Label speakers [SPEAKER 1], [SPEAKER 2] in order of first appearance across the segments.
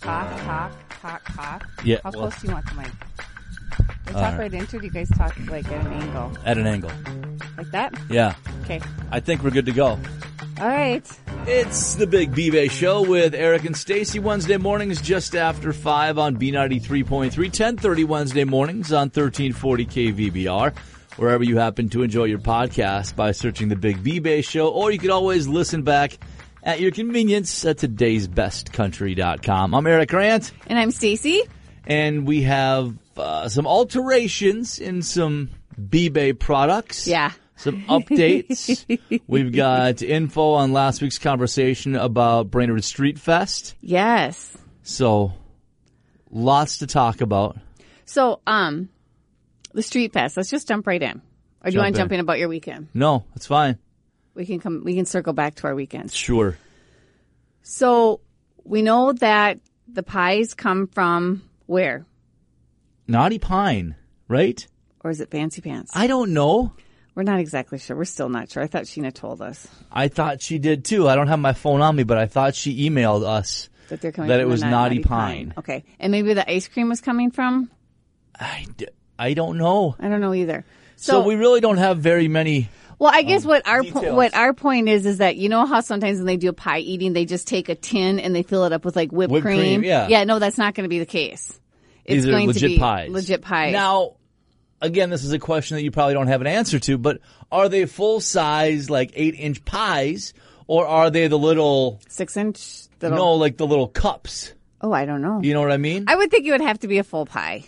[SPEAKER 1] Cough, cough, cough, cough.
[SPEAKER 2] Yeah,
[SPEAKER 1] How
[SPEAKER 2] well-
[SPEAKER 1] close do you want the mic? Do you
[SPEAKER 2] Uh,
[SPEAKER 1] talk right into it? Do you guys talk like at an angle?
[SPEAKER 2] at an angle.
[SPEAKER 1] Like that?
[SPEAKER 2] Yeah,
[SPEAKER 1] Okay.
[SPEAKER 2] I think we're good to go.
[SPEAKER 1] All right.
[SPEAKER 2] It's the Big B-Bay Show with Eric and Stacy Wednesday mornings just after 5 on B93.3, 1030 Wednesday mornings on 1340 KVBR, wherever you happen to enjoy your podcast by searching the Big B-Bay Show, or you could always listen back at your convenience at today'sbestcountry.com. I'm Eric Grant,
[SPEAKER 1] And I'm Stacy.
[SPEAKER 2] and we have uh, some alterations in some B-Bay products
[SPEAKER 1] Yeah.
[SPEAKER 2] some updates. We've got info on last week's conversation about Brainerd Street Fest.
[SPEAKER 3] Yes.
[SPEAKER 2] So lots to talk about.
[SPEAKER 3] So, um, the street fest. Let's just jump right in. Or do you
[SPEAKER 2] Jump
[SPEAKER 3] want to jump
[SPEAKER 2] in.
[SPEAKER 3] in about your weekend?
[SPEAKER 2] No, that's fine.
[SPEAKER 3] We can come. We can circle back to our weekends.
[SPEAKER 2] Sure.
[SPEAKER 3] So we know that the pies come from where,
[SPEAKER 2] Naughty Pine, right?
[SPEAKER 3] or is it Fancy Pants?
[SPEAKER 2] I don't know.
[SPEAKER 3] We're not exactly sure. We're still not sure. I thought Sheena told us
[SPEAKER 2] I thought she did too. I don't have my phone on me, but I thought she emailed us.
[SPEAKER 3] that they're coming.
[SPEAKER 2] That
[SPEAKER 3] from
[SPEAKER 2] it
[SPEAKER 3] the
[SPEAKER 2] was
[SPEAKER 3] Na-
[SPEAKER 2] Naughty Pine.
[SPEAKER 3] Okay, and maybe the ice cream was coming from.
[SPEAKER 2] I, d- I don't know.
[SPEAKER 3] I don't know either.
[SPEAKER 2] So, we really don't have very many.
[SPEAKER 3] Well, I guess what our po-
[SPEAKER 2] details.
[SPEAKER 3] what our point is is that you know how sometimes when they do pie eating, they just take a tin and they fill it up with like whipped,
[SPEAKER 2] Whipped cream, yeah.
[SPEAKER 3] yeah. No, that's not going to be the case. It's
[SPEAKER 2] These are
[SPEAKER 3] going to
[SPEAKER 2] legit
[SPEAKER 3] be
[SPEAKER 2] pies.
[SPEAKER 3] Legit pies.
[SPEAKER 2] Now, again, this is a question that you probably don't have an answer to, but are they full size, like eight inch pies, or are they the little
[SPEAKER 3] six inch. Little,
[SPEAKER 2] No, like the little cups.
[SPEAKER 3] Oh, I don't know.
[SPEAKER 2] You know what I mean? I,
[SPEAKER 3] I would think it would have to be a full pie.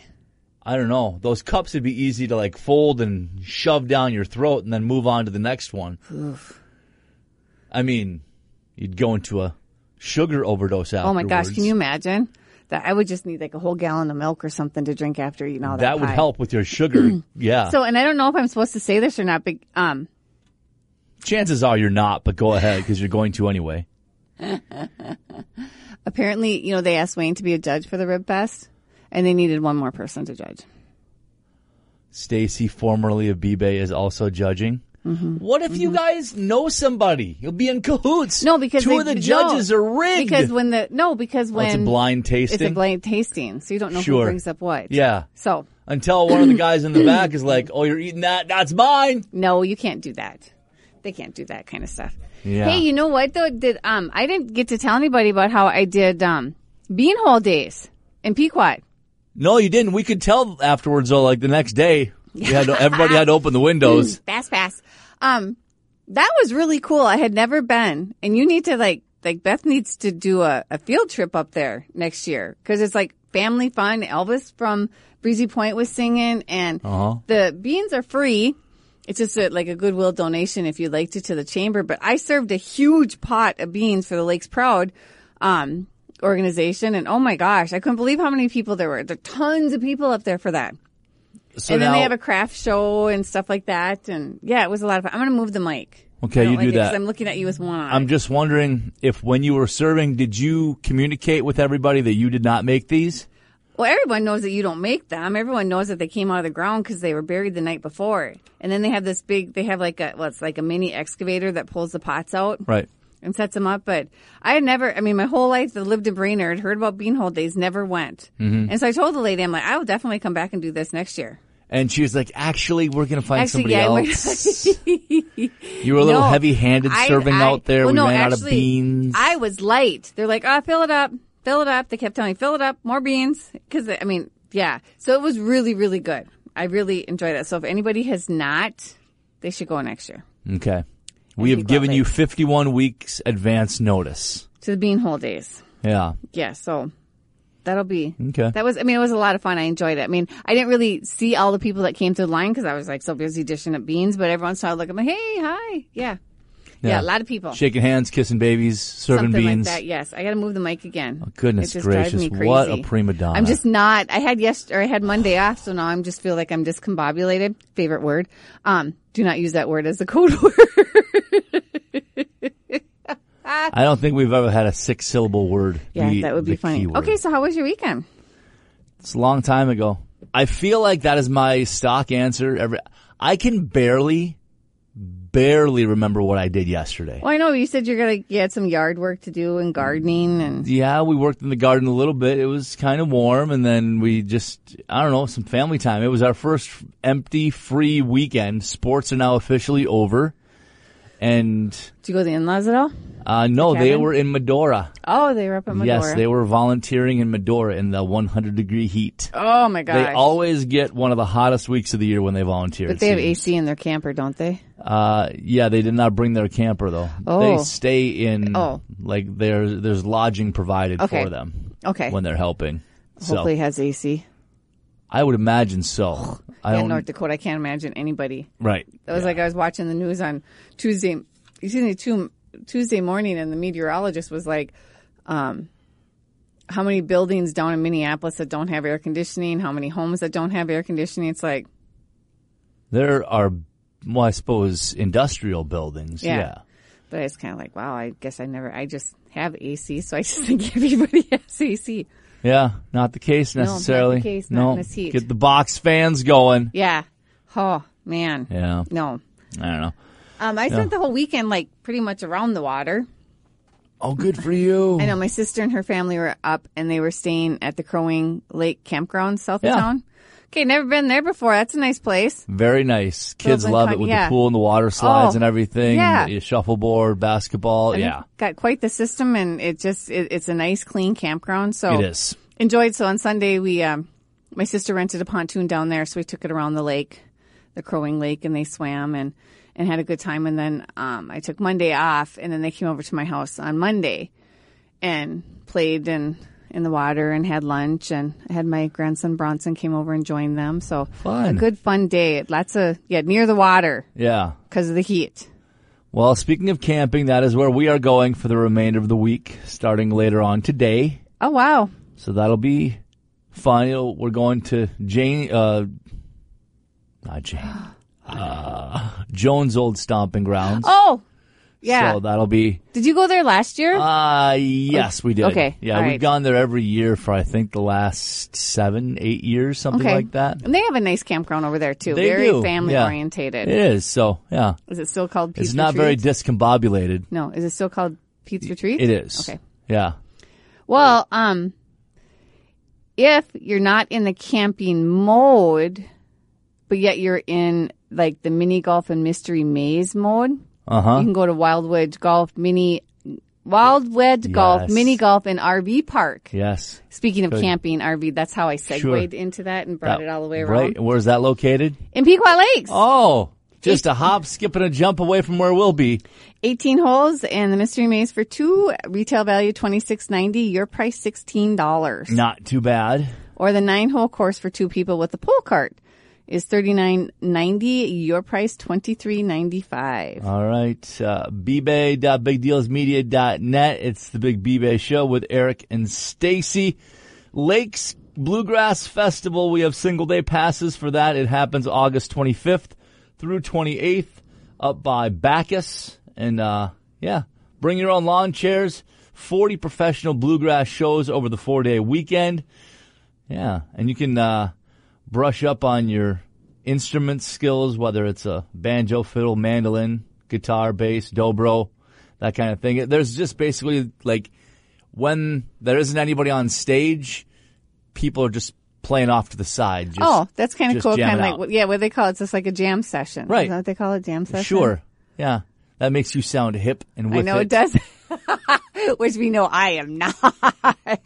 [SPEAKER 2] don't know. Those cups would be easy to like fold and shove down your throat and then move on to the next one. I mean, you'd go into a sugar overdose afterwards.
[SPEAKER 3] Oh my gosh, can you imagine? That I would just need like a whole gallon of milk or something to drink after eating all that.
[SPEAKER 2] That would
[SPEAKER 3] pie.
[SPEAKER 2] help with your sugar. yeah.
[SPEAKER 3] So, and I don't know if I'm supposed to say this or not, but um,
[SPEAKER 2] Chances are you're not, but go ahead because you're going to anyway.
[SPEAKER 3] apparently, you know, they asked Wayne to be a judge for the Rib Fest, and they needed one more person to judge.
[SPEAKER 2] Stacy, formerly of B-Bay, is also judging.
[SPEAKER 3] Mm-hmm.
[SPEAKER 2] What if you guys know somebody? You'll be in cahoots.
[SPEAKER 3] No, because
[SPEAKER 2] two
[SPEAKER 3] they-
[SPEAKER 2] of the
[SPEAKER 3] no.
[SPEAKER 2] judges are rigged.
[SPEAKER 3] Because when the no, because
[SPEAKER 2] Oh,
[SPEAKER 3] when
[SPEAKER 2] it's a blind
[SPEAKER 3] it's
[SPEAKER 2] tasting.
[SPEAKER 3] a blind tasting, so you don't know
[SPEAKER 2] Sure.
[SPEAKER 3] who brings up what.
[SPEAKER 2] yeah.
[SPEAKER 3] So
[SPEAKER 2] until one of the guys in the back is like, "Oh, you're eating that? That's mine."
[SPEAKER 3] no, you can't do that. They can't do that kind of stuff.
[SPEAKER 2] Yeah.
[SPEAKER 3] Hey, you know what though? Did um I didn't get to tell anybody about how I did um beanhole days in Pequot.
[SPEAKER 2] No, you didn't. We could tell afterwards, though. Like the next day, we had to, everybody had to open the windows.
[SPEAKER 3] Fast, fast. Um, that was really cool. I had never been, and you need to like like Beth needs to do a, a field trip up there next year because it's like family fun. Elvis from Breezy Point was singing, and the beans are free. It's just a, like a goodwill donation if you'd like to to the chamber. But I served a huge pot of beans for the Lakes Proud um, organization, and oh my gosh, I couldn't believe how many people there were. There are tons of people up there for that
[SPEAKER 2] So
[SPEAKER 3] and then
[SPEAKER 2] now-
[SPEAKER 3] they have a craft show and stuff like that. And yeah, it was a lot of fun. I'm going to move the mic.
[SPEAKER 2] Okay,
[SPEAKER 3] I don't
[SPEAKER 2] you
[SPEAKER 3] like
[SPEAKER 2] do
[SPEAKER 3] it 'cause
[SPEAKER 2] that.
[SPEAKER 3] I'm looking at you with one eye.
[SPEAKER 2] I'm just wondering if, when you were serving, did you communicate with everybody that you did not make these?
[SPEAKER 3] well, everyone knows that you don't make them. Everyone knows that they came out of the ground because they were buried the night before. And then they have this big, they have like a, well, it's like a mini excavator that pulls the pots out.
[SPEAKER 2] Right.
[SPEAKER 3] and sets them up. But I had never, I mean, my whole life that lived in Brainerd, heard about beanhole days, never went.
[SPEAKER 2] Mm-hmm.
[SPEAKER 3] And so I told the lady, I'm like, I will definitely come back and do this next year.
[SPEAKER 2] And she was like, "Actually, we're gonna find
[SPEAKER 3] Actually,
[SPEAKER 2] somebody
[SPEAKER 3] yeah, we're-
[SPEAKER 2] else." you were a little
[SPEAKER 3] No,
[SPEAKER 2] heavy-handed
[SPEAKER 3] I-
[SPEAKER 2] serving
[SPEAKER 3] I-
[SPEAKER 2] out there.
[SPEAKER 3] well,
[SPEAKER 2] we
[SPEAKER 3] no,
[SPEAKER 2] ran out of
[SPEAKER 3] actually,
[SPEAKER 2] beans.
[SPEAKER 3] I was light. They're like, oh, fill it up, fill it up. They kept telling me, fill it up, more beans. Because, I mean, yeah. So it was really, really good. I really enjoyed it. So if anybody has not, they should go next year
[SPEAKER 2] okay. We have
[SPEAKER 3] people
[SPEAKER 2] given
[SPEAKER 3] have
[SPEAKER 2] you
[SPEAKER 3] eggs.
[SPEAKER 2] 51 weeks advance notice.
[SPEAKER 3] to the beanhole days.
[SPEAKER 2] Yeah.
[SPEAKER 3] yeah, so that'll be
[SPEAKER 2] Okay.
[SPEAKER 3] That was, I mean, it was a lot of fun. I enjoyed it. I mean, I didn't really see all the people that came through the line because I was like so busy dishing up beans. But everyone started looking, like, hey, hi, yeah. yeah, a lot of people,
[SPEAKER 2] Shaking hands, kissing babies, serving
[SPEAKER 3] something
[SPEAKER 2] beans.
[SPEAKER 3] like that. Yes, I got to move the mic again. Oh,
[SPEAKER 2] goodness
[SPEAKER 3] it just drives
[SPEAKER 2] gracious,
[SPEAKER 3] me crazy.
[SPEAKER 2] what a prima donna.
[SPEAKER 3] I'm just not. I had yes, or I had Monday off, so now I'm just feel like I'm discombobulated. Favorite word. Um, do not use that word as a code word.
[SPEAKER 2] I don't think we've ever had a six syllable word.
[SPEAKER 3] yeah, that would be
[SPEAKER 2] the key
[SPEAKER 3] funny.
[SPEAKER 2] word.
[SPEAKER 3] Okay, so how was your weekend?
[SPEAKER 2] it's a long time ago. I feel like that is my stock answer. Every I can barely, barely remember what I did yesterday.
[SPEAKER 3] Well, I know you said you're gonna you had some yard work to do and gardening and
[SPEAKER 2] Yeah, we worked in the garden a little bit. It was kind of warm, and then we just, I don't know, some family time. It was our first empty, free weekend. Sports are now officially over. And,
[SPEAKER 3] did you go to the in-laws at all?
[SPEAKER 2] uh, no, they
[SPEAKER 3] cabin?
[SPEAKER 2] were in Medora.
[SPEAKER 3] Oh, they were up at Medora.
[SPEAKER 2] Yes, they were volunteering in Medora in the 100 degree heat.
[SPEAKER 3] Oh my gosh.
[SPEAKER 2] They always get one of the hottest weeks of the year when they volunteer.
[SPEAKER 3] but
[SPEAKER 2] it
[SPEAKER 3] they have
[SPEAKER 2] seems.
[SPEAKER 3] AC in their camper, don't they?
[SPEAKER 2] Uh, yeah, they did not bring their camper though.
[SPEAKER 3] Oh.
[SPEAKER 2] They stay in.
[SPEAKER 3] Oh.
[SPEAKER 2] Like there, there's lodging provided
[SPEAKER 3] Okay.
[SPEAKER 2] for them
[SPEAKER 3] Okay.
[SPEAKER 2] when they're helping.
[SPEAKER 3] Hopefully it
[SPEAKER 2] So
[SPEAKER 3] has AC.
[SPEAKER 2] I would imagine so. I
[SPEAKER 3] In
[SPEAKER 2] don't.
[SPEAKER 3] North Dakota, I can't imagine anybody.
[SPEAKER 2] right.
[SPEAKER 3] That was like I was watching the news on Tuesday, excuse me, Tu- Tuesday morning, and the meteorologist was like, um, "How many buildings down in Minneapolis that don't have air conditioning? How many homes that don't have air conditioning?" It's like,
[SPEAKER 2] There are, well, I suppose industrial buildings.
[SPEAKER 3] Yeah.
[SPEAKER 2] Yeah.
[SPEAKER 3] but it's kind of like, wow, I guess I never, I just have AC, so I just think everybody has AC.
[SPEAKER 2] Yeah, not the case
[SPEAKER 3] not the
[SPEAKER 2] necessarily.
[SPEAKER 3] case, not
[SPEAKER 2] no,
[SPEAKER 3] in this heat.
[SPEAKER 2] get the box fans going.
[SPEAKER 3] Yeah. Oh man.
[SPEAKER 2] Yeah,
[SPEAKER 3] No.
[SPEAKER 2] I don't know.
[SPEAKER 3] Um, I spent the whole weekend like pretty much around the water.
[SPEAKER 2] Oh, good for you.
[SPEAKER 3] I know my sister and her family were up and they were staying at the Crow Wing Lake Campground south
[SPEAKER 2] Yeah.
[SPEAKER 3] of town. Okay, never been there before. That's a nice place.
[SPEAKER 2] Very nice. Kids
[SPEAKER 3] Dublin
[SPEAKER 2] love it
[SPEAKER 3] County,
[SPEAKER 2] with
[SPEAKER 3] yeah.
[SPEAKER 2] the pool and the water slides
[SPEAKER 3] Oh,
[SPEAKER 2] and everything.
[SPEAKER 3] yeah.
[SPEAKER 2] The shuffleboard, basketball. yeah,
[SPEAKER 3] Got quite the system and it just, it, it's a nice clean campground. So
[SPEAKER 2] it is.
[SPEAKER 3] enjoyed. So on Sunday we, um, my sister rented a pontoon down there. So we took it around the lake, the Crow Wing Lake and they swam and, and had a good time. And then, um, I took Monday off and then they came over to my house on Monday and played and in the water and had lunch and I had my grandson Bronson came over and joined them. So
[SPEAKER 2] Fun.
[SPEAKER 3] a good fun day. Lots of yeah near the water
[SPEAKER 2] Yeah.
[SPEAKER 3] because of the heat.
[SPEAKER 2] Well, speaking of camping, that is where we are going for the remainder of the week, starting later on today.
[SPEAKER 3] Oh wow,
[SPEAKER 2] So that'll be fun. You know, We're going to Jane, uh, not Jane, uh, Joan's old stomping grounds.
[SPEAKER 3] oh yeah.
[SPEAKER 2] So that'll be,
[SPEAKER 3] Did you go there last year?
[SPEAKER 2] uh, yes, we did.
[SPEAKER 3] Okay,
[SPEAKER 2] Yeah,
[SPEAKER 3] all
[SPEAKER 2] we've
[SPEAKER 3] right.
[SPEAKER 2] gone there every year for, I think, the last seven, eight years, something
[SPEAKER 3] okay,
[SPEAKER 2] like that.
[SPEAKER 3] And they have a nice campground over there too.
[SPEAKER 2] They
[SPEAKER 3] very
[SPEAKER 2] do.
[SPEAKER 3] family
[SPEAKER 2] Yeah.
[SPEAKER 3] orientated.
[SPEAKER 2] It is. So, yeah.
[SPEAKER 3] Is it still called Pete's
[SPEAKER 2] It's not very
[SPEAKER 3] Retreat?
[SPEAKER 2] discombobulated.
[SPEAKER 3] No, is it still called Pete's Retreat?
[SPEAKER 2] It is.
[SPEAKER 3] Okay.
[SPEAKER 2] Yeah.
[SPEAKER 3] Well, um, if you're not in the camping mode, but yet you're in like the mini golf and mystery maze mode,
[SPEAKER 2] Uh huh.
[SPEAKER 3] you can go to Wild Wedge Golf Mini, Wild Wedge Golf
[SPEAKER 2] Yes.
[SPEAKER 3] Mini Golf and RV Park.
[SPEAKER 2] Yes.
[SPEAKER 3] Speaking of camping RV, that's how I segued
[SPEAKER 2] Sure.
[SPEAKER 3] into that and brought it all the way around
[SPEAKER 2] Right. Where's that located?
[SPEAKER 3] in Pequot Lakes.
[SPEAKER 2] Oh, just a hop, skip, and a jump away from where we'll be.
[SPEAKER 3] 18 holes and the mystery maze for two. Retail value 26.90. Your price $16.
[SPEAKER 2] Not too bad.
[SPEAKER 3] or the nine hole course for two people with a pull cart is thirty nine ninety. Your price twenty three ninety five.
[SPEAKER 2] All right. Uh, bbay.bigdealsmedia.net. It's the Big bbay Show with Eric and Stacy. Lakes Bluegrass Festival. We have single day passes for that. It happens August 25th through 28th up by Bacchus. And, uh, yeah, bring your own lawn chairs. 40 professional bluegrass shows over the four day weekend. Yeah, and you can uh, brush up on your instrument skills, whether it's a banjo, fiddle, mandolin, guitar, bass, dobro, that kind of thing. There's just basically like when there isn't anybody on stage, people are just playing off to the side. Just,
[SPEAKER 3] Oh, that's kind of
[SPEAKER 2] just
[SPEAKER 3] cool.
[SPEAKER 2] jam
[SPEAKER 3] Kind of
[SPEAKER 2] it
[SPEAKER 3] like
[SPEAKER 2] out.
[SPEAKER 3] what- yeah, what they call it? It's just like a jam session,
[SPEAKER 2] Right.
[SPEAKER 3] Is that what they call it? Jam session.
[SPEAKER 2] sure, yeah, that makes you sound hip and
[SPEAKER 3] I
[SPEAKER 2] with
[SPEAKER 3] know it, does. Which we know I am not.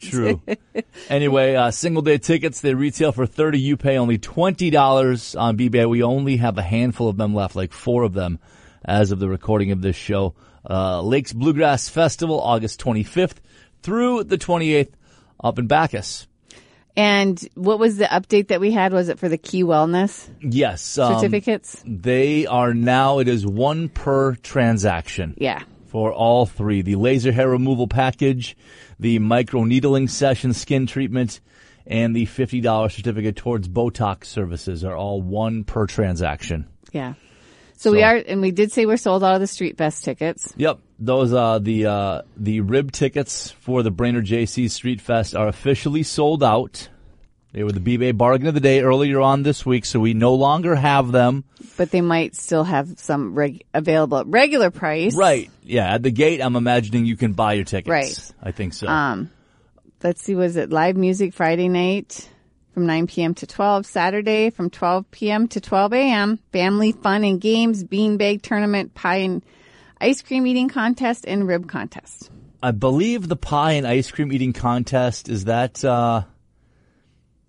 [SPEAKER 2] True. anyway, uh, single day tickets, they retail for 30. You pay only $20 on BBA. We only have a handful of them left, like four of them as of the recording of this show. Uh, Lakes Bluegrass Festival, August 25th through the 28th up in Bacchus.
[SPEAKER 3] And what was the update that we had? Was it for the Key Wellness
[SPEAKER 2] Yes. um,
[SPEAKER 3] certificates?
[SPEAKER 2] they are now, it is one per transaction.
[SPEAKER 3] Yeah.
[SPEAKER 2] for all three the laser hair removal package, the micro needling session skin treatment, and the $50 certificate towards Botox services are all one per transaction.
[SPEAKER 3] Yeah. So, we
[SPEAKER 2] So-
[SPEAKER 3] are, and we did say we're sold out of the Street Fest tickets.
[SPEAKER 2] Yep, those uh the uh the rib tickets for the Brainerd JC Street Fest are officially sold out. They were the B-Bay bargain of the day earlier on this week, so we no longer have them.
[SPEAKER 3] but they might still have some reg- available at regular price.
[SPEAKER 2] Right. Yeah, at the gate, I'm imagining you can buy your tickets.
[SPEAKER 3] Right.
[SPEAKER 2] I think so.
[SPEAKER 3] Let's see, was it live music Friday night from 9 p.m. to 12, Saturday from 12 p.m. to 12 a.m., family fun and games, beanbag tournament, pie and ice cream eating contest, and rib contest.
[SPEAKER 2] I believe the pie and ice cream eating contest is that uh,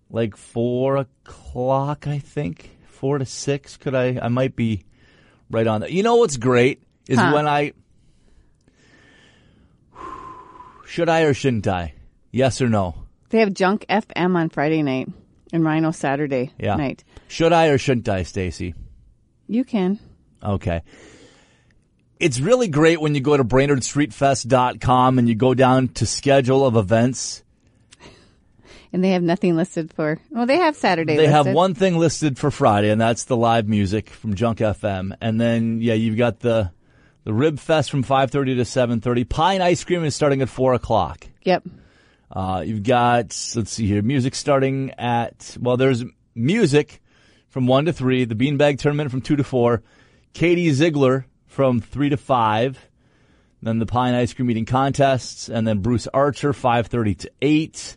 [SPEAKER 2] like four o'clock. I think four to six. Could I? I might be right on that. You know what's great is when I should I or shouldn't I? Yes or no?
[SPEAKER 3] They have Junk FM on Friday night and Rhino Saturday
[SPEAKER 2] Yeah.
[SPEAKER 3] night.
[SPEAKER 2] Should I or shouldn't I, Stacy?
[SPEAKER 3] You can.
[SPEAKER 2] Okay. It's really great when you go to BrainerdStreetFest.com and you go down to schedule of events.
[SPEAKER 3] And they have nothing listed for, well, they have Saturday
[SPEAKER 2] They have
[SPEAKER 3] listed.
[SPEAKER 2] one thing listed for Friday, and that's the live music from Junk FM. And then, yeah, you've got the the Rib Fest from five thirty to seven thirty. Pie and ice cream is starting at four o'clock.
[SPEAKER 3] Yep.
[SPEAKER 2] Uh, you've got let's see here, music starting at well, there's music from one to three, the Beanbag Tournament from two to four, Katie Ziegler from three to five, then the pie and ice cream eating contests, and then Bruce Archer five thirty to eight.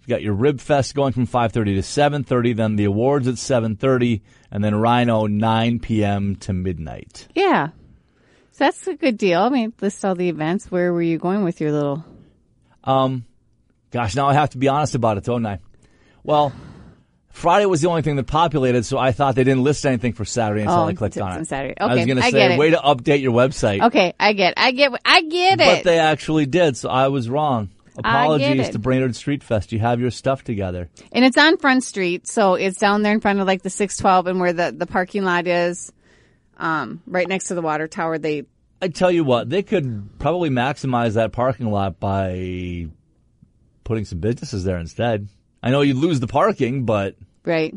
[SPEAKER 2] You've got your Rib Fest going from five thirty to seven thirty, then the awards at seven thirty, and then Rhino nine p.m. to midnight.
[SPEAKER 3] Yeah. So that's a good deal. I mean, list all the events. Where were you going with your little?
[SPEAKER 2] Um, Gosh, now I have to be honest about it, don't I? Well, Friday was the only thing that populated, so I thought they didn't list anything for Saturday until
[SPEAKER 3] Oh,
[SPEAKER 2] I clicked
[SPEAKER 3] it's
[SPEAKER 2] on
[SPEAKER 3] on
[SPEAKER 2] it.
[SPEAKER 3] Saturday.
[SPEAKER 2] I was
[SPEAKER 3] Okay,
[SPEAKER 2] going to
[SPEAKER 3] I
[SPEAKER 2] say,
[SPEAKER 3] get it.
[SPEAKER 2] way to update your website.
[SPEAKER 3] Okay, I get, I get, I get
[SPEAKER 2] But
[SPEAKER 3] it.
[SPEAKER 2] they actually did, so I was wrong.
[SPEAKER 3] I get
[SPEAKER 2] Apologies
[SPEAKER 3] it.
[SPEAKER 2] to Brainerd Street Fest. You have your stuff together.
[SPEAKER 3] and it's on Front Street, so it's down there in front of like the 612 and where the, the parking lot is, um, right next to the water tower. They,
[SPEAKER 2] I tell you what, they could probably maximize that parking lot by putting some businesses there instead. I know you lose the parking, but
[SPEAKER 3] right.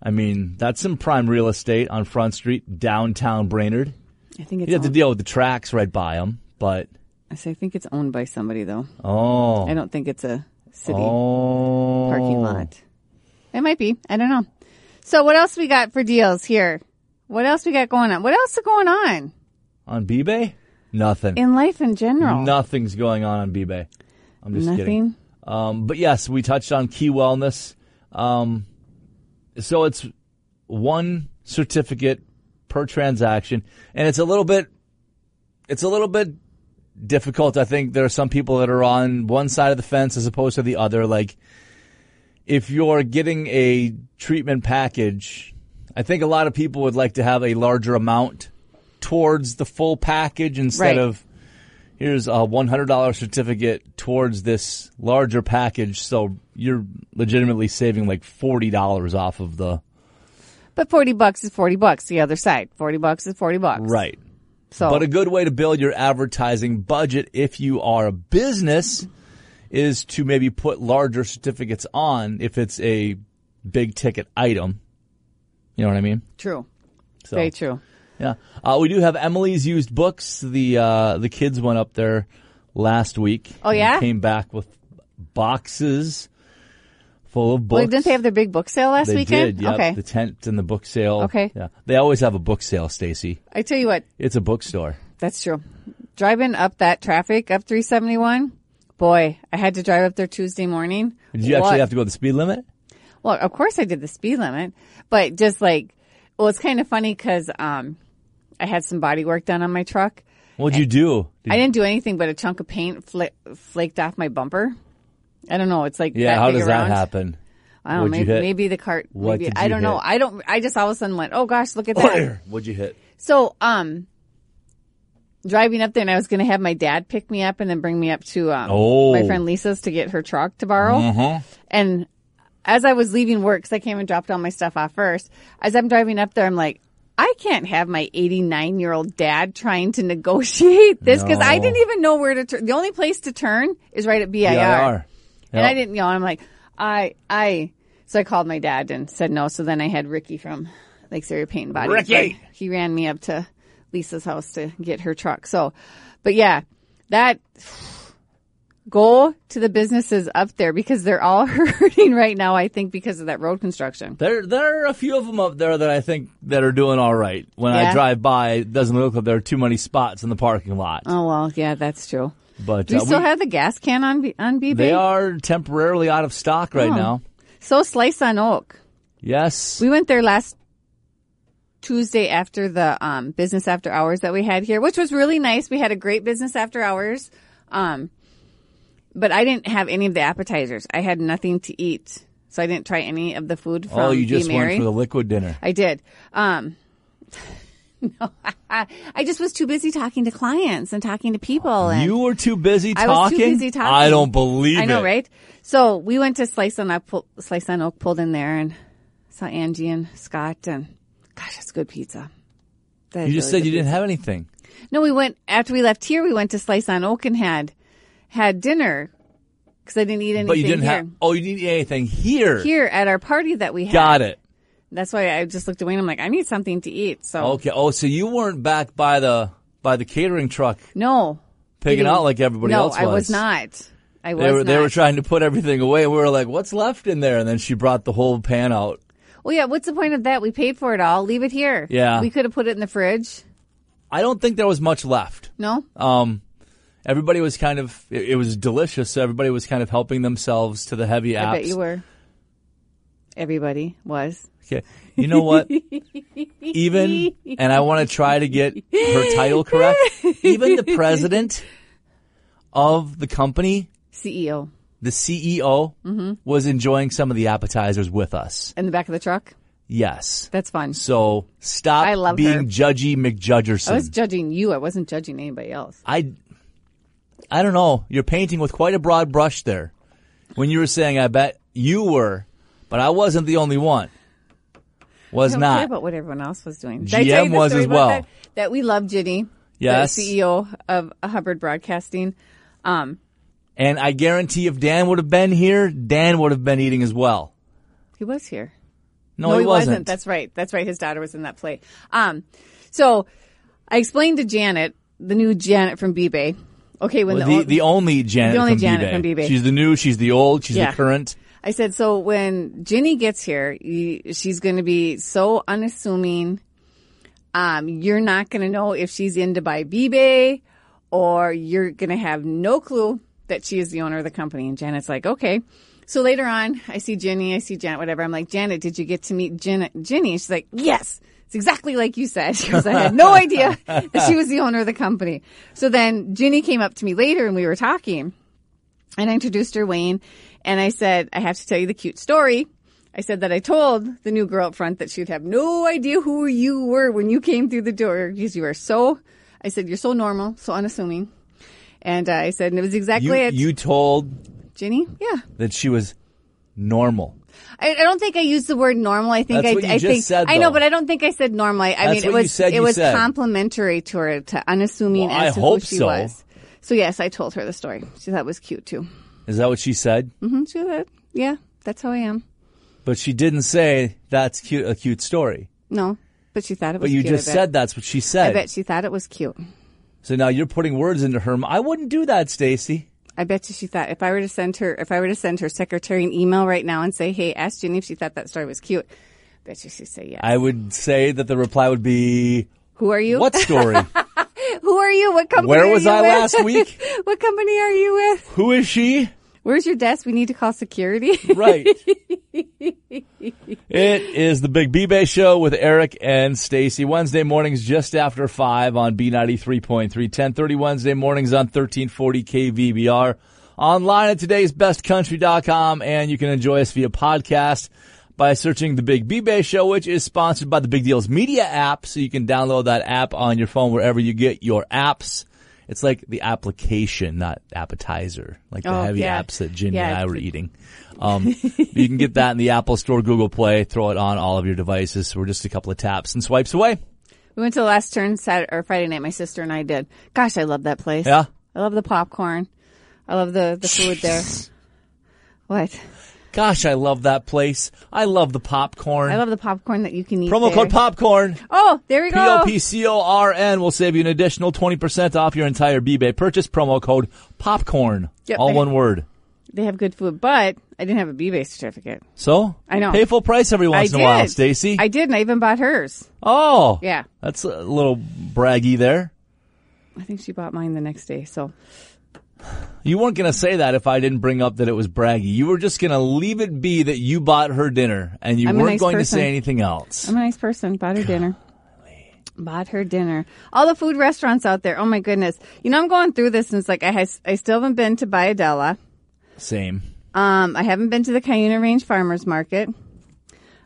[SPEAKER 2] I mean, that's some prime real estate on Front Street, downtown Brainerd.
[SPEAKER 3] I think it's,
[SPEAKER 2] You have to
[SPEAKER 3] owned,
[SPEAKER 2] deal with the tracks right by them, but
[SPEAKER 3] I say- I think it's owned by somebody though.
[SPEAKER 2] oh,
[SPEAKER 3] I don't think it's a city
[SPEAKER 2] oh,
[SPEAKER 3] parking lot. It might be. I don't know. So what else we got for deals here? What else we got going on? What else is going on
[SPEAKER 2] on B-Bay? Nothing.
[SPEAKER 3] in life in general?
[SPEAKER 2] Nothing's going on on B-Bay. I'm just kidding.
[SPEAKER 3] Nothing.
[SPEAKER 2] Um, but yes, we touched on Key Wellness. Um, so it's one certificate per transaction, and it's a little bit, it's a little bit difficult. I think there are some people that are on one side of the fence as opposed to the other. Like, if you're getting a treatment package, I think a lot of people would like to have a larger amount towards the full package instead
[SPEAKER 3] Right.
[SPEAKER 2] of here's a $100 certificate towards this larger package. So you're legitimately saving like $40 off of the.
[SPEAKER 3] But 40 bucks is 40 bucks the other side. 40 bucks is 40 bucks.
[SPEAKER 2] Right.
[SPEAKER 3] So
[SPEAKER 2] But a good way to build your advertising budget if you are a business is to maybe put larger certificates on if it's a big ticket item. You know what I mean?
[SPEAKER 3] true.
[SPEAKER 2] So,
[SPEAKER 3] Very true.
[SPEAKER 2] Yeah. Uh, we do have Emily's used books. The uh, the kids went up there last week.
[SPEAKER 3] Oh,
[SPEAKER 2] and
[SPEAKER 3] yeah?
[SPEAKER 2] Came back with boxes full of books.
[SPEAKER 3] Well, didn't they have their big book sale last
[SPEAKER 2] They
[SPEAKER 3] weekend?
[SPEAKER 2] did, yeah.
[SPEAKER 3] Okay.
[SPEAKER 2] The tent and the book sale.
[SPEAKER 3] Okay.
[SPEAKER 2] Yeah. They always have a book sale, Stacy.
[SPEAKER 3] I tell you what,
[SPEAKER 2] It's a bookstore.
[SPEAKER 3] that's true. Driving up that traffic up 371, boy, I had to drive up there Tuesday morning.
[SPEAKER 2] Did you actually have to go the speed limit?
[SPEAKER 3] Well, of course I did the speed limit, but just like, well, it's kind of funny because um, I had some body work done on my truck.
[SPEAKER 2] What'd you do? Did
[SPEAKER 3] I didn't do anything, but a chunk of paint fl- flaked off my bumper. I don't know. It's like
[SPEAKER 2] Yeah,
[SPEAKER 3] that
[SPEAKER 2] how
[SPEAKER 3] big
[SPEAKER 2] does
[SPEAKER 3] around.
[SPEAKER 2] that happen?
[SPEAKER 3] I don't know.
[SPEAKER 2] What'd you
[SPEAKER 3] Maybe,
[SPEAKER 2] hit?
[SPEAKER 3] maybe the cart.
[SPEAKER 2] What
[SPEAKER 3] maybe,
[SPEAKER 2] did
[SPEAKER 3] I
[SPEAKER 2] you
[SPEAKER 3] don't know.
[SPEAKER 2] hit?
[SPEAKER 3] I don't. I just all of a sudden went, oh gosh, look at that.
[SPEAKER 2] What'd you hit?
[SPEAKER 3] so, um, driving up there, and I was going to have my dad pick me up and then bring me up to um,
[SPEAKER 2] Oh. Mm-hmm.
[SPEAKER 3] my friend Lisa's to get her truck to borrow. And as I was leaving work, because I came and dropped all my stuff off first, as I'm driving up there, I'm like. I can't have my 89 year old dad trying to negotiate this because I
[SPEAKER 2] No.
[SPEAKER 3] didn't even know where to turn. The only place to turn is right at BIR.
[SPEAKER 2] DIR.
[SPEAKER 3] And I
[SPEAKER 2] Yep.
[SPEAKER 3] didn't, you know, I'm like, I, I, so I called my dad and said no. So then I had Ricky from Lake Superior Paint and Body.
[SPEAKER 2] Ricky!
[SPEAKER 3] He ran me up to Lisa's house to get her truck. So, but yeah, that Go to the businesses up there because they're all hurting right now, I think, because of that road construction.
[SPEAKER 2] There, there are a few of them up there that I think that are doing all right. When I
[SPEAKER 3] Yeah.
[SPEAKER 2] drive by, it doesn't look like there are too many spots in the parking lot.
[SPEAKER 3] Oh, well, yeah, that's true.
[SPEAKER 2] but
[SPEAKER 3] Do you
[SPEAKER 2] uh,
[SPEAKER 3] still
[SPEAKER 2] we-
[SPEAKER 3] have the gas can on, B- on BB?
[SPEAKER 2] they are temporarily out of stock right
[SPEAKER 3] Oh.
[SPEAKER 2] now.
[SPEAKER 3] So Slice on Oak.
[SPEAKER 2] Yes,
[SPEAKER 3] We went there last Tuesday after the um, business after hours that we had here, which was really nice. We had a great business after hours. Um, but I didn't have any of the appetizers. I had nothing to eat. So I didn't try any of the food from
[SPEAKER 2] oh, you just
[SPEAKER 3] Be Mary.
[SPEAKER 2] went for the liquid dinner.
[SPEAKER 3] I did. Um, no, I just was too busy talking to clients and talking to people. And
[SPEAKER 2] You were too busy
[SPEAKER 3] I
[SPEAKER 2] talking.
[SPEAKER 3] was too busy talking.
[SPEAKER 2] I don't believe
[SPEAKER 3] I know,
[SPEAKER 2] it.
[SPEAKER 3] right? So we went to Slice on Oak, pull- Slice on Oak, pulled in there, and saw Angie and Scott, and gosh, that's good pizza. That
[SPEAKER 2] You
[SPEAKER 3] is
[SPEAKER 2] just
[SPEAKER 3] really
[SPEAKER 2] said you didn't have anything.
[SPEAKER 3] good. No, we went after we left here. We went to Slice on Oak and had had dinner because I didn't eat anything
[SPEAKER 2] But you didn't
[SPEAKER 3] here.
[SPEAKER 2] have. Oh, you didn't eat anything here.
[SPEAKER 3] here at our party that we had.
[SPEAKER 2] Got it.
[SPEAKER 3] That's why I just looked at Wayne. I'm like, I need something to eat. So
[SPEAKER 2] Okay. Oh, so you weren't back by the by the catering truck
[SPEAKER 3] no,
[SPEAKER 2] picking
[SPEAKER 3] Eating-
[SPEAKER 2] out like everybody
[SPEAKER 3] no,
[SPEAKER 2] else was.
[SPEAKER 3] I was not. I was
[SPEAKER 2] They were
[SPEAKER 3] not.
[SPEAKER 2] they were trying to put everything away. We were like, "What's left in there?" And then she brought the whole pan out.
[SPEAKER 3] well, yeah. What's the point of that? We paid for it all. Leave it here.
[SPEAKER 2] Yeah.
[SPEAKER 3] we could have put it in the fridge.
[SPEAKER 2] I don't think there was much left.
[SPEAKER 3] No,
[SPEAKER 2] Um, everybody was kind of it, it was delicious. So everybody was kind of helping themselves to the heavy apps.
[SPEAKER 3] I bet you were. Everybody was.
[SPEAKER 2] Okay. You know what? even, and I want to try to get her title correct, even the president of the company,
[SPEAKER 3] CEO
[SPEAKER 2] the CEO,
[SPEAKER 3] Mm-hmm.
[SPEAKER 2] was enjoying some of the appetizers with us.
[SPEAKER 3] in the back of the truck.
[SPEAKER 2] Yes.
[SPEAKER 3] That's fun.
[SPEAKER 2] So stop
[SPEAKER 3] I love
[SPEAKER 2] being
[SPEAKER 3] her.
[SPEAKER 2] judgy McJudgerson.
[SPEAKER 3] I was judging you. I wasn't judging anybody else.
[SPEAKER 2] I, I don't know. You're painting with quite a broad brush there. When you were saying, I bet you were, but I wasn't the only one. Was
[SPEAKER 3] I don't care
[SPEAKER 2] not.
[SPEAKER 3] about what everyone else was doing. Did
[SPEAKER 2] GM
[SPEAKER 3] I tell you the
[SPEAKER 2] was
[SPEAKER 3] story
[SPEAKER 2] as
[SPEAKER 3] about
[SPEAKER 2] well.
[SPEAKER 3] That, that we love Ginny,
[SPEAKER 2] Yes.
[SPEAKER 3] the CEO of Hubbard Broadcasting. Um,
[SPEAKER 2] And I guarantee if Dan would have been here, Dan would have been eating as well.
[SPEAKER 3] he was here.
[SPEAKER 2] No, he, wasn't.
[SPEAKER 3] That's right. That's right. His daughter was in that play. Um, so I explained to Janet, the new Janet from B-Bay. Okay, when
[SPEAKER 2] Well,
[SPEAKER 3] the,
[SPEAKER 2] the, the only Janet,
[SPEAKER 3] The only
[SPEAKER 2] from,
[SPEAKER 3] Janet
[SPEAKER 2] B-Bay.
[SPEAKER 3] from B-Bay.
[SPEAKER 2] She's the new, she's the old, she's
[SPEAKER 3] Yeah.
[SPEAKER 2] the current.
[SPEAKER 3] I said, so when Ginny gets here, you, she's going to be so unassuming. Um, you're not going to know if she's in Dubai B-Bay or you're going to have no clue that she is the owner of the company. And Janet's like, okay. So later on, I see Ginny, I see Janet, whatever. I'm like, Janet, did you get to meet Jan- Ginny? She's like, yes. It's exactly like you said because I had no idea that she was the owner of the company. So then Ginny came up to me later and we were talking. And I introduced her, Wayne, and I said, I have to tell you the cute story. I said that I told the new girl up front that she'd have no idea who you were when you came through the door because you are so, I said, you're so normal, so unassuming. And uh, I said, and it was
[SPEAKER 2] You,
[SPEAKER 3] exactly it.
[SPEAKER 2] you told
[SPEAKER 3] Ginny? Yeah.
[SPEAKER 2] that she was normal.
[SPEAKER 3] I, I don't think I used the word normal. I think
[SPEAKER 2] That's
[SPEAKER 3] I,
[SPEAKER 2] what you
[SPEAKER 3] I
[SPEAKER 2] just
[SPEAKER 3] think
[SPEAKER 2] said,
[SPEAKER 3] I know,
[SPEAKER 2] though.
[SPEAKER 3] but I don't think I said normal. I, I mean, it
[SPEAKER 2] That's what you
[SPEAKER 3] was
[SPEAKER 2] said
[SPEAKER 3] it
[SPEAKER 2] you
[SPEAKER 3] was
[SPEAKER 2] said.
[SPEAKER 3] complimentary to her, to unassuming
[SPEAKER 2] Well,
[SPEAKER 3] as
[SPEAKER 2] I
[SPEAKER 3] to
[SPEAKER 2] hope
[SPEAKER 3] who she
[SPEAKER 2] so.
[SPEAKER 3] was. So yes, I told her the story. She thought it was cute too.
[SPEAKER 2] Is that what she said?
[SPEAKER 3] hmm she said, yeah, that's how I am.
[SPEAKER 2] But she didn't say that's cute, a cute story.
[SPEAKER 3] No, but she thought it was.
[SPEAKER 2] But you
[SPEAKER 3] cute,
[SPEAKER 2] just
[SPEAKER 3] I bet.
[SPEAKER 2] said that's what she said.
[SPEAKER 3] I bet she thought it was cute.
[SPEAKER 2] So now you're putting words into her. m- I wouldn't do that, Stacy.
[SPEAKER 3] I bet you she thought if I were to send her, if I were to send her secretary an email right now and say, "Hey, ask Jenny if she thought that story was cute," bet you she'd say yes.
[SPEAKER 2] I would say that the reply would be,
[SPEAKER 3] Who are you?
[SPEAKER 2] "What story?
[SPEAKER 3] Who are you? What company?
[SPEAKER 2] Where
[SPEAKER 3] are
[SPEAKER 2] was
[SPEAKER 3] you
[SPEAKER 2] I
[SPEAKER 3] with?
[SPEAKER 2] last week?
[SPEAKER 3] what company are you with?
[SPEAKER 2] Who is she?"
[SPEAKER 3] Where's your desk? We need to call security.
[SPEAKER 2] Right. it is the Big B-Bay Show with Eric and Stacy. Wednesday mornings just after 5 on B93.3, 1030 Wednesday mornings on 1340 KVBR. Online at today's bestcountry.com and you can enjoy us via podcast by searching the Big B-Bay Show, which is sponsored by the Big Deals Media app. So you can download that app on your phone wherever you get your apps. It's like the application, not appetizer, like the
[SPEAKER 3] Oh,
[SPEAKER 2] heavy
[SPEAKER 3] yeah.
[SPEAKER 2] apps that Ginny and
[SPEAKER 3] Yeah,
[SPEAKER 2] I were eating. Um, you can get that in the Apple Store, Google Play. Throw it on all of your devices. We're just a couple of taps and swipes away.
[SPEAKER 3] we went to the last turn Saturday or Friday night. My sister and I did. Gosh, I love that place.
[SPEAKER 2] Yeah.
[SPEAKER 3] I love the popcorn. I love the the food there. What?
[SPEAKER 4] Gosh, I love that place. I love the popcorn.
[SPEAKER 3] I love the popcorn that you can eat.
[SPEAKER 2] Promo
[SPEAKER 3] there.
[SPEAKER 2] code popcorn.
[SPEAKER 3] Oh, there we
[SPEAKER 2] P
[SPEAKER 3] go.
[SPEAKER 2] O P C O R N will save you an additional 20% off your entire B-Bay purchase. Promo code popcorn.
[SPEAKER 3] Yep.
[SPEAKER 2] All one word.
[SPEAKER 3] They have good food, but I didn't have a B-Bay certificate.
[SPEAKER 2] So?
[SPEAKER 3] I know.
[SPEAKER 2] Pay full price every once
[SPEAKER 3] I
[SPEAKER 2] in
[SPEAKER 3] did.
[SPEAKER 2] a while, Stacy.
[SPEAKER 3] I did, and I even bought hers.
[SPEAKER 2] oh.
[SPEAKER 3] Yeah.
[SPEAKER 2] That's a little braggy there.
[SPEAKER 3] I think she bought mine the next day. So
[SPEAKER 2] You weren't going to say that if I didn't bring up that it was braggy. You were just going to leave it be that you bought her dinner and you
[SPEAKER 3] I'm a
[SPEAKER 2] weren't
[SPEAKER 3] nice
[SPEAKER 2] going
[SPEAKER 3] person.
[SPEAKER 2] to say anything else.
[SPEAKER 3] I'm a nice person. Bought her dinner. Bought her dinner. All the food restaurants out there. Oh my goodness. You know, I'm going through this, and it's like I has, I still haven't been to Biadella.
[SPEAKER 2] Same.
[SPEAKER 3] Um, I haven't been to the Cayuna Range Farmers Market.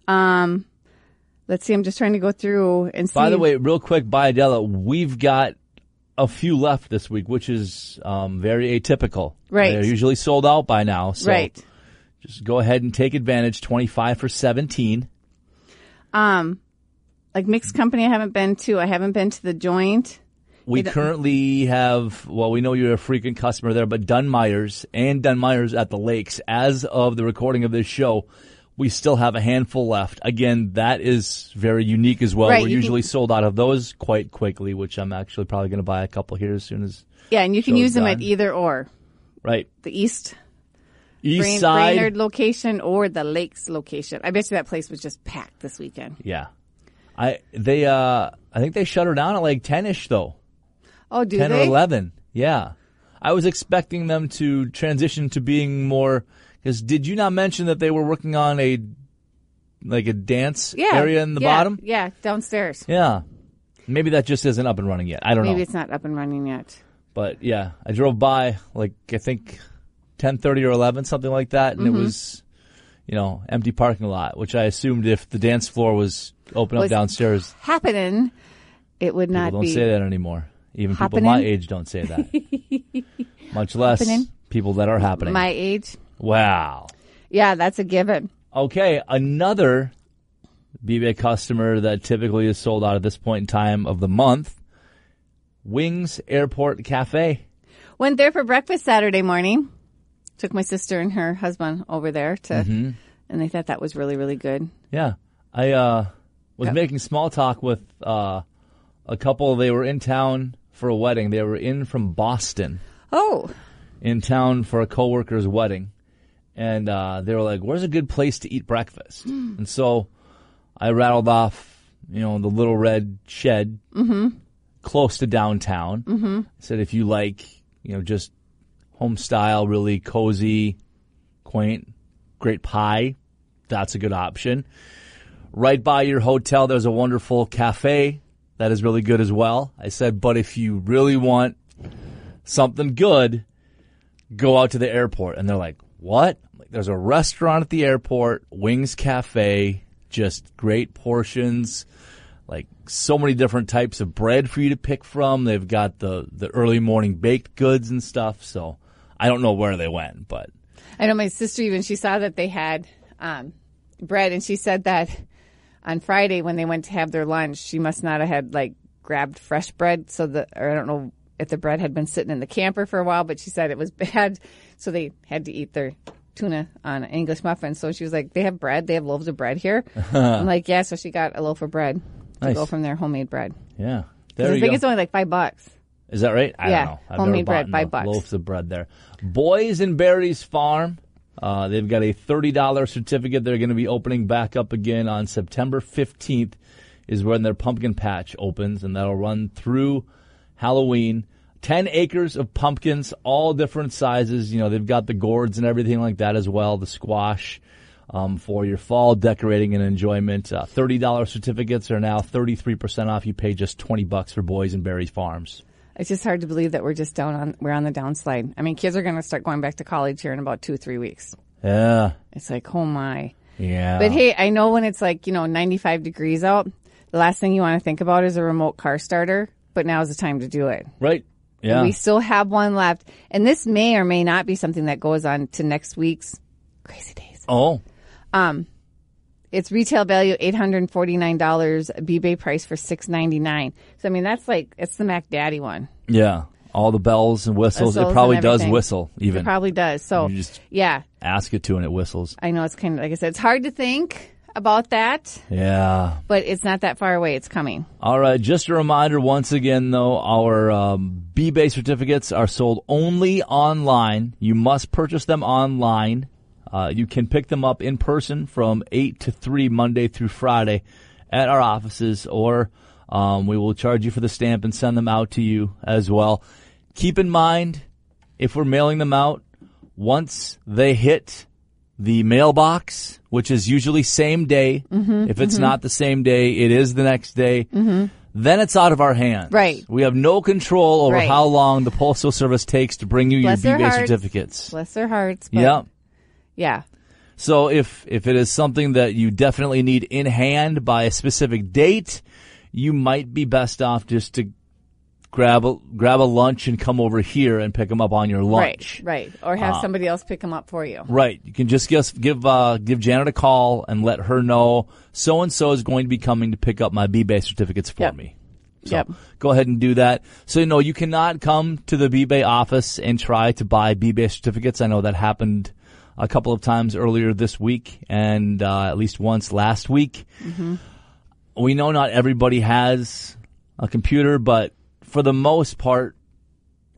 [SPEAKER 3] Um, let's see. I'm just trying to go through and see.
[SPEAKER 2] By the way, real quick, Biadella, we've got a few left this week, which is um, very atypical.
[SPEAKER 3] Right.
[SPEAKER 2] They're usually sold out by now. So
[SPEAKER 3] right?
[SPEAKER 2] just go ahead and take advantage. 25 for 17.
[SPEAKER 3] Um, like mixed company, I haven't been to. I haven't been to the joint.
[SPEAKER 2] We
[SPEAKER 3] uh,
[SPEAKER 2] currently have, well, we know you're a frequent customer there, but Dunmeyer's and Dunmeyer's at the Lakes, as of the recording of this show, we still have a handful left. Again, that is very unique as well.
[SPEAKER 3] Right,
[SPEAKER 2] We're
[SPEAKER 3] you can-
[SPEAKER 2] usually sold out of those quite quickly, which I'm actually probably going to buy a couple here as soon as,
[SPEAKER 3] Yeah, and you can
[SPEAKER 2] Show's
[SPEAKER 3] use them at
[SPEAKER 2] done.
[SPEAKER 3] either or
[SPEAKER 2] right.
[SPEAKER 3] the East
[SPEAKER 2] East
[SPEAKER 3] Brain-
[SPEAKER 2] side.
[SPEAKER 3] Brainerd location or the Lakes location. I bet you that place was just packed this weekend.
[SPEAKER 2] Yeah. I, they, uh, I think they shut her down at like 10ish though.
[SPEAKER 3] Oh, do
[SPEAKER 2] 10 or
[SPEAKER 3] they?
[SPEAKER 2] 11. Yeah. I was expecting them to transition to being more because did you not mention that they were working on a like a dance
[SPEAKER 3] yeah,
[SPEAKER 2] area in the
[SPEAKER 3] yeah,
[SPEAKER 2] bottom?
[SPEAKER 3] Yeah, downstairs.
[SPEAKER 2] Yeah. Maybe that just isn't up and running yet. I don't
[SPEAKER 3] Maybe
[SPEAKER 2] know.
[SPEAKER 3] it's not up and running yet.
[SPEAKER 2] But yeah, I drove by like I think 10:30 or 11 something like that and
[SPEAKER 3] Mm-hmm.
[SPEAKER 2] it was you know, empty parking lot, which I assumed if the dance floor was open up
[SPEAKER 3] Was-
[SPEAKER 2] downstairs,
[SPEAKER 3] Happening, it would
[SPEAKER 2] people
[SPEAKER 3] not
[SPEAKER 2] don't
[SPEAKER 3] be.
[SPEAKER 2] say that anymore. Even people
[SPEAKER 3] Happening?
[SPEAKER 2] my age don't say that. Much less
[SPEAKER 3] Happening?
[SPEAKER 2] people that are happening.
[SPEAKER 3] My age.
[SPEAKER 2] Wow.
[SPEAKER 3] Yeah, that's a given.
[SPEAKER 2] Okay, another BBA customer that typically is sold out at this point in time of the month. Wings Airport Cafe.
[SPEAKER 3] Went there for breakfast Saturday morning. Took my sister and her husband over there to,
[SPEAKER 2] Mm-hmm.
[SPEAKER 3] and they thought that was really, really good.
[SPEAKER 2] Yeah. I uh, was making small talk with uh, a couple. They were in town for a wedding. They were in from Boston,
[SPEAKER 3] Oh,
[SPEAKER 2] in town for a coworker's wedding. And uh, they were like, where's a good place to eat breakfast? and so I rattled off, you know, the little red shed close to downtown. Mm-hmm. Said if you like, you know, just home style, really cozy, quaint, great pie, that's a good option. Right by your hotel, there's a wonderful cafe that is really good as well. I said, but if you really want something good, go out to the airport. And they're like, what? I'm like, there's a restaurant at the airport, Wings Cafe, just great portions like so many different types of bread for you to pick from. They've got the the early morning baked goods and stuff. So I don't know where they went, but
[SPEAKER 3] I know my sister even she saw that they had um, bread, and she said that on Friday when they went to have their lunch, she must not have had like grabbed fresh bread, so the or I don't know if the bread had been sitting in the camper for a while, but she said it was bad, so they had to eat their tuna on an English muffin. So she was like, "They have bread. They have loaves of bread here." I'm like, "Yeah," so she got a loaf of bread to
[SPEAKER 2] Nice.
[SPEAKER 3] go from their homemade bread.
[SPEAKER 2] yeah,
[SPEAKER 3] 'Cause
[SPEAKER 2] there
[SPEAKER 3] I
[SPEAKER 2] you
[SPEAKER 3] think
[SPEAKER 2] go.
[SPEAKER 3] it's only like five bucks.
[SPEAKER 2] Is that right? I
[SPEAKER 3] Yeah,
[SPEAKER 2] don't know. I've
[SPEAKER 3] homemade
[SPEAKER 2] never
[SPEAKER 3] bread,
[SPEAKER 2] bought
[SPEAKER 3] five
[SPEAKER 2] no
[SPEAKER 3] bucks.
[SPEAKER 2] loaves of bread there. Boys and Berries Farm. Uh, they've got a thirty dollar certificate. They're going to be opening back up again on September fifteenth. Is when their pumpkin patch opens, and that'll run through Halloween. Ten acres of pumpkins, all different sizes. You know, they've got the gourds and everything like that as well. The squash. Um, for your fall decorating and enjoyment, uh, $30 certificates are now 33% off. You pay just 20 bucks for Boys and Berries Farms.
[SPEAKER 3] It's just hard to believe that we're just down on we're on the downslide. I mean, kids are going to start going back to college here in about two three weeks.
[SPEAKER 2] Yeah.
[SPEAKER 3] It's like, oh my!
[SPEAKER 2] Yeah.
[SPEAKER 3] But hey, I know when it's like you know ninety five degrees out, the last thing you want to think about is a remote car starter. But now's the time to do it.
[SPEAKER 2] right. Yeah.
[SPEAKER 3] We still have one left, and this may or may not be something that goes on to next week's crazy days.
[SPEAKER 2] oh,
[SPEAKER 3] It's retail value eight hundred and forty nine dollars, eBay price for six ninety nine. So I mean, that's like it's the Mac Daddy one.
[SPEAKER 2] yeah. all the bells and whistles.
[SPEAKER 3] Whistles
[SPEAKER 2] it probably
[SPEAKER 3] and
[SPEAKER 2] does
[SPEAKER 3] everything.
[SPEAKER 2] whistle. Even
[SPEAKER 3] It probably does. So
[SPEAKER 2] You just-
[SPEAKER 3] yeah,
[SPEAKER 2] ask it to, and it whistles.
[SPEAKER 3] I know it's kind of like I said, it's hard to think about that,
[SPEAKER 2] Yeah.
[SPEAKER 3] but it's not that far away. It's coming.
[SPEAKER 2] All right. Just a reminder once again, though, our um, B-Bay certificates are sold only online. You must purchase them online. Uh, you can pick them up in person from 8 to 3 Monday through Friday at our offices, or um, we will charge you for the stamp and send them out to you as well. Keep in mind, if we're mailing them out, once they hit the mailbox, which is usually same day.
[SPEAKER 3] Mm-hmm,
[SPEAKER 2] If it's not the same day, it is the next day. Then it's out of our hands.
[SPEAKER 3] Right.
[SPEAKER 2] We have no control over
[SPEAKER 3] Right.
[SPEAKER 2] how long the Postal Service takes to bring you
[SPEAKER 3] Bless
[SPEAKER 2] your
[SPEAKER 3] their
[SPEAKER 2] B-Bay
[SPEAKER 3] hearts.
[SPEAKER 2] certificates.
[SPEAKER 3] Bless their hearts. But
[SPEAKER 2] Yeah.
[SPEAKER 3] Yeah.
[SPEAKER 2] So if if it is something that you definitely need in hand by a specific date, you might be best off just to grab a, grab a lunch and come over here and pick them up on your lunch.
[SPEAKER 3] Right. Right. Or
[SPEAKER 2] Uh,
[SPEAKER 3] have somebody else pick them up for you.
[SPEAKER 2] Right. You can just guess, give uh, give Janet a call and let her know so and so is going to be coming to pick up my B Bay certificates for
[SPEAKER 3] Yep.
[SPEAKER 2] me.
[SPEAKER 3] Yep.
[SPEAKER 2] Go ahead and do that. So no, you cannot come to the B Bay office and try to buy B Bay certificates. I know that happened a couple of times earlier this week and uh, at least once last week.
[SPEAKER 3] Mm-hmm.
[SPEAKER 2] We know not everybody has a computer, but for the most part.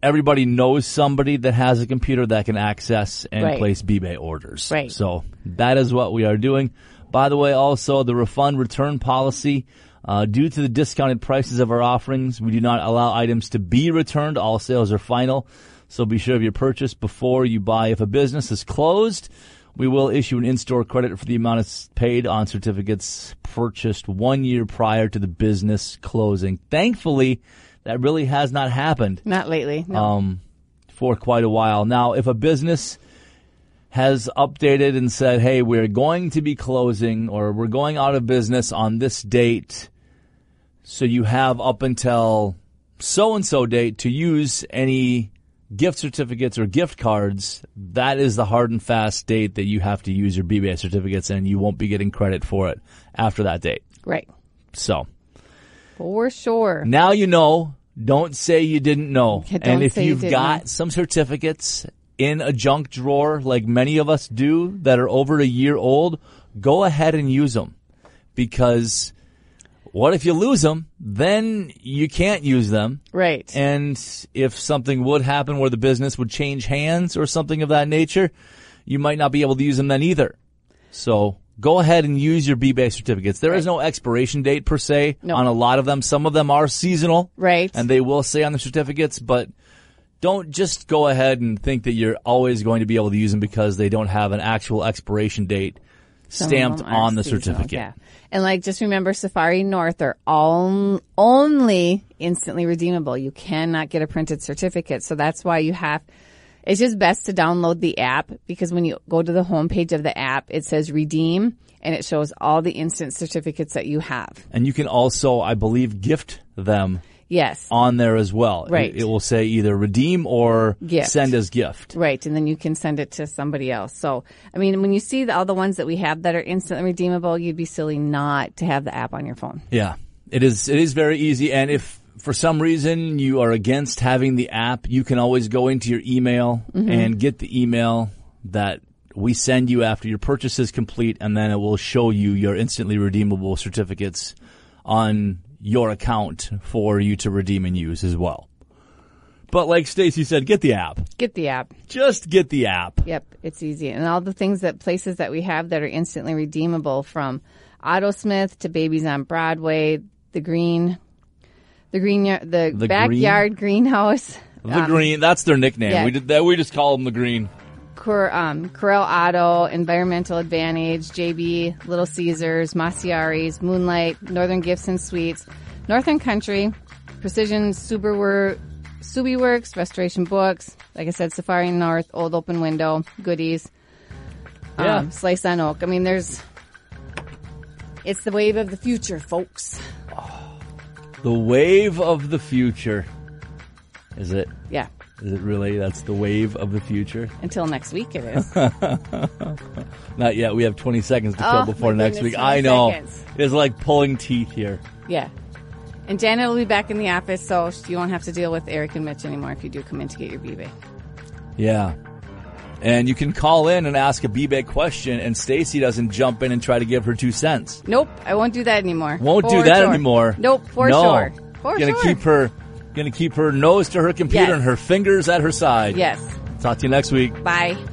[SPEAKER 2] Everybody knows somebody that has a computer that can access and
[SPEAKER 3] Right.
[SPEAKER 2] place place B-Bay orders.
[SPEAKER 3] Right.
[SPEAKER 2] So that is what we are doing. By the way, also the refund return policy. Uh, due to the discounted prices of our offerings, we do not allow items to be returned. All sales are final. So be sure of your purchase before you buy. If a business is closed, we will issue an in-store credit for the amount is paid on certificates purchased one year prior to the business closing. Thankfully, that really has not happened
[SPEAKER 3] Not lately. No.
[SPEAKER 2] um, for quite a while. Now, if a business has updated and said, hey, we're going to be closing or we're going out of business on this date, so you have up until so and so date to use any gift certificates or gift cards, that is the hard and fast date that you have to use your BBA certificates and you won't be getting credit for it after that date.
[SPEAKER 3] right.
[SPEAKER 2] So.
[SPEAKER 3] For sure.
[SPEAKER 2] Now you know. Don't say you didn't know.
[SPEAKER 3] Yeah, don't
[SPEAKER 2] and if
[SPEAKER 3] say you
[SPEAKER 2] you've
[SPEAKER 3] didn't
[SPEAKER 2] got
[SPEAKER 3] know.
[SPEAKER 2] some certificates in a junk drawer, like many of us do, that are over a year old, go ahead and use them. Because what if you lose them? Then you can't use them.
[SPEAKER 3] Right.
[SPEAKER 2] And if something would happen where the business would change hands or something of that nature, you might not be able to use them then either. So go ahead and use your B-Bay certificates. There is no expiration date per se
[SPEAKER 3] No.
[SPEAKER 2] on a lot of them. Some of them are seasonal.
[SPEAKER 3] Right.
[SPEAKER 2] And they will say on the certificates, but don't just go ahead and think that you're always going to be able to use them because they don't have an actual expiration date
[SPEAKER 3] Some of
[SPEAKER 2] stamped
[SPEAKER 3] them are
[SPEAKER 2] on the
[SPEAKER 3] seasonal,
[SPEAKER 2] certificate.
[SPEAKER 3] Yeah. And like, just remember Safari North are all only instantly redeemable. You cannot get a printed certificate. So that's why you have, it's just best to download the app because when you go to the homepage of the app, it says redeem and it shows all the instant certificates that you have.
[SPEAKER 2] And you can also, I believe, gift them
[SPEAKER 3] Yes.
[SPEAKER 2] on there as well.
[SPEAKER 3] Right.
[SPEAKER 2] It, it will say either redeem or
[SPEAKER 3] Gift.
[SPEAKER 2] send as gift.
[SPEAKER 3] Right, and then you can send it to somebody else. So, I mean, when you see the, all the ones that we have that are instantly redeemable, you'd be silly not to have the app on your phone.
[SPEAKER 2] Yeah. It is it is very easy and if for some reason you are against having the app, you can always go into your email
[SPEAKER 3] Mm-hmm.
[SPEAKER 2] and get the email that we send you after your purchase is complete and then it will show you your instantly redeemable certificates on your account for you to redeem and use as well. But like Stacy said, get the app.
[SPEAKER 3] Get the app.
[SPEAKER 2] Just get the app.
[SPEAKER 3] Yep, it's easy. And all the things that places that we have that are instantly redeemable from Autosmith to Babies on Broadway, the Green, the Green, Yar- the,
[SPEAKER 2] The
[SPEAKER 3] backyard greenhouse,
[SPEAKER 2] The green, that's their nickname.
[SPEAKER 3] Um, yeah.
[SPEAKER 2] We did that. We just call them the green.
[SPEAKER 3] Cor, um, Corel Auto, Environmental Advantage, JB, Little Caesars, Masiari's, Moonlight, Northern Gifts and Sweets, Northern Country, Precision Suberwer, Works, Restoration Books, like I said, Safari North, Old Open Window, Goodies,
[SPEAKER 2] Yeah.
[SPEAKER 3] um, Slice on Oak. I mean, there's. It's the wave of the future, folks.
[SPEAKER 2] The wave of the future. Is it?
[SPEAKER 3] Yeah.
[SPEAKER 2] Is it really? That's the wave of the future?
[SPEAKER 3] Until next week, it is.
[SPEAKER 2] Not yet. We have 20 seconds to kill
[SPEAKER 3] Oh,
[SPEAKER 2] before
[SPEAKER 3] my
[SPEAKER 2] next
[SPEAKER 3] goodness,
[SPEAKER 2] week. I
[SPEAKER 3] 20
[SPEAKER 2] know.
[SPEAKER 3] seconds.
[SPEAKER 2] It's like pulling teeth here.
[SPEAKER 3] yeah. And Janet will be back in the office, so you won't have to deal with Eric and Mitch anymore if you do come in to get your BB.
[SPEAKER 2] Yeah. And you can call in and ask a B-Bag question, and Stacy doesn't jump in and try to give her two cents.
[SPEAKER 3] Nope, I won't do that anymore.
[SPEAKER 2] Won't
[SPEAKER 3] For
[SPEAKER 2] do that
[SPEAKER 3] sure.
[SPEAKER 2] anymore.
[SPEAKER 3] Nope, for
[SPEAKER 2] no.
[SPEAKER 3] sure. For
[SPEAKER 2] gonna
[SPEAKER 3] sure.
[SPEAKER 2] keep her, gonna keep her nose to her computer
[SPEAKER 3] Yes.
[SPEAKER 2] and her fingers at her side.
[SPEAKER 3] Yes.
[SPEAKER 2] Talk to you next week.
[SPEAKER 3] Bye.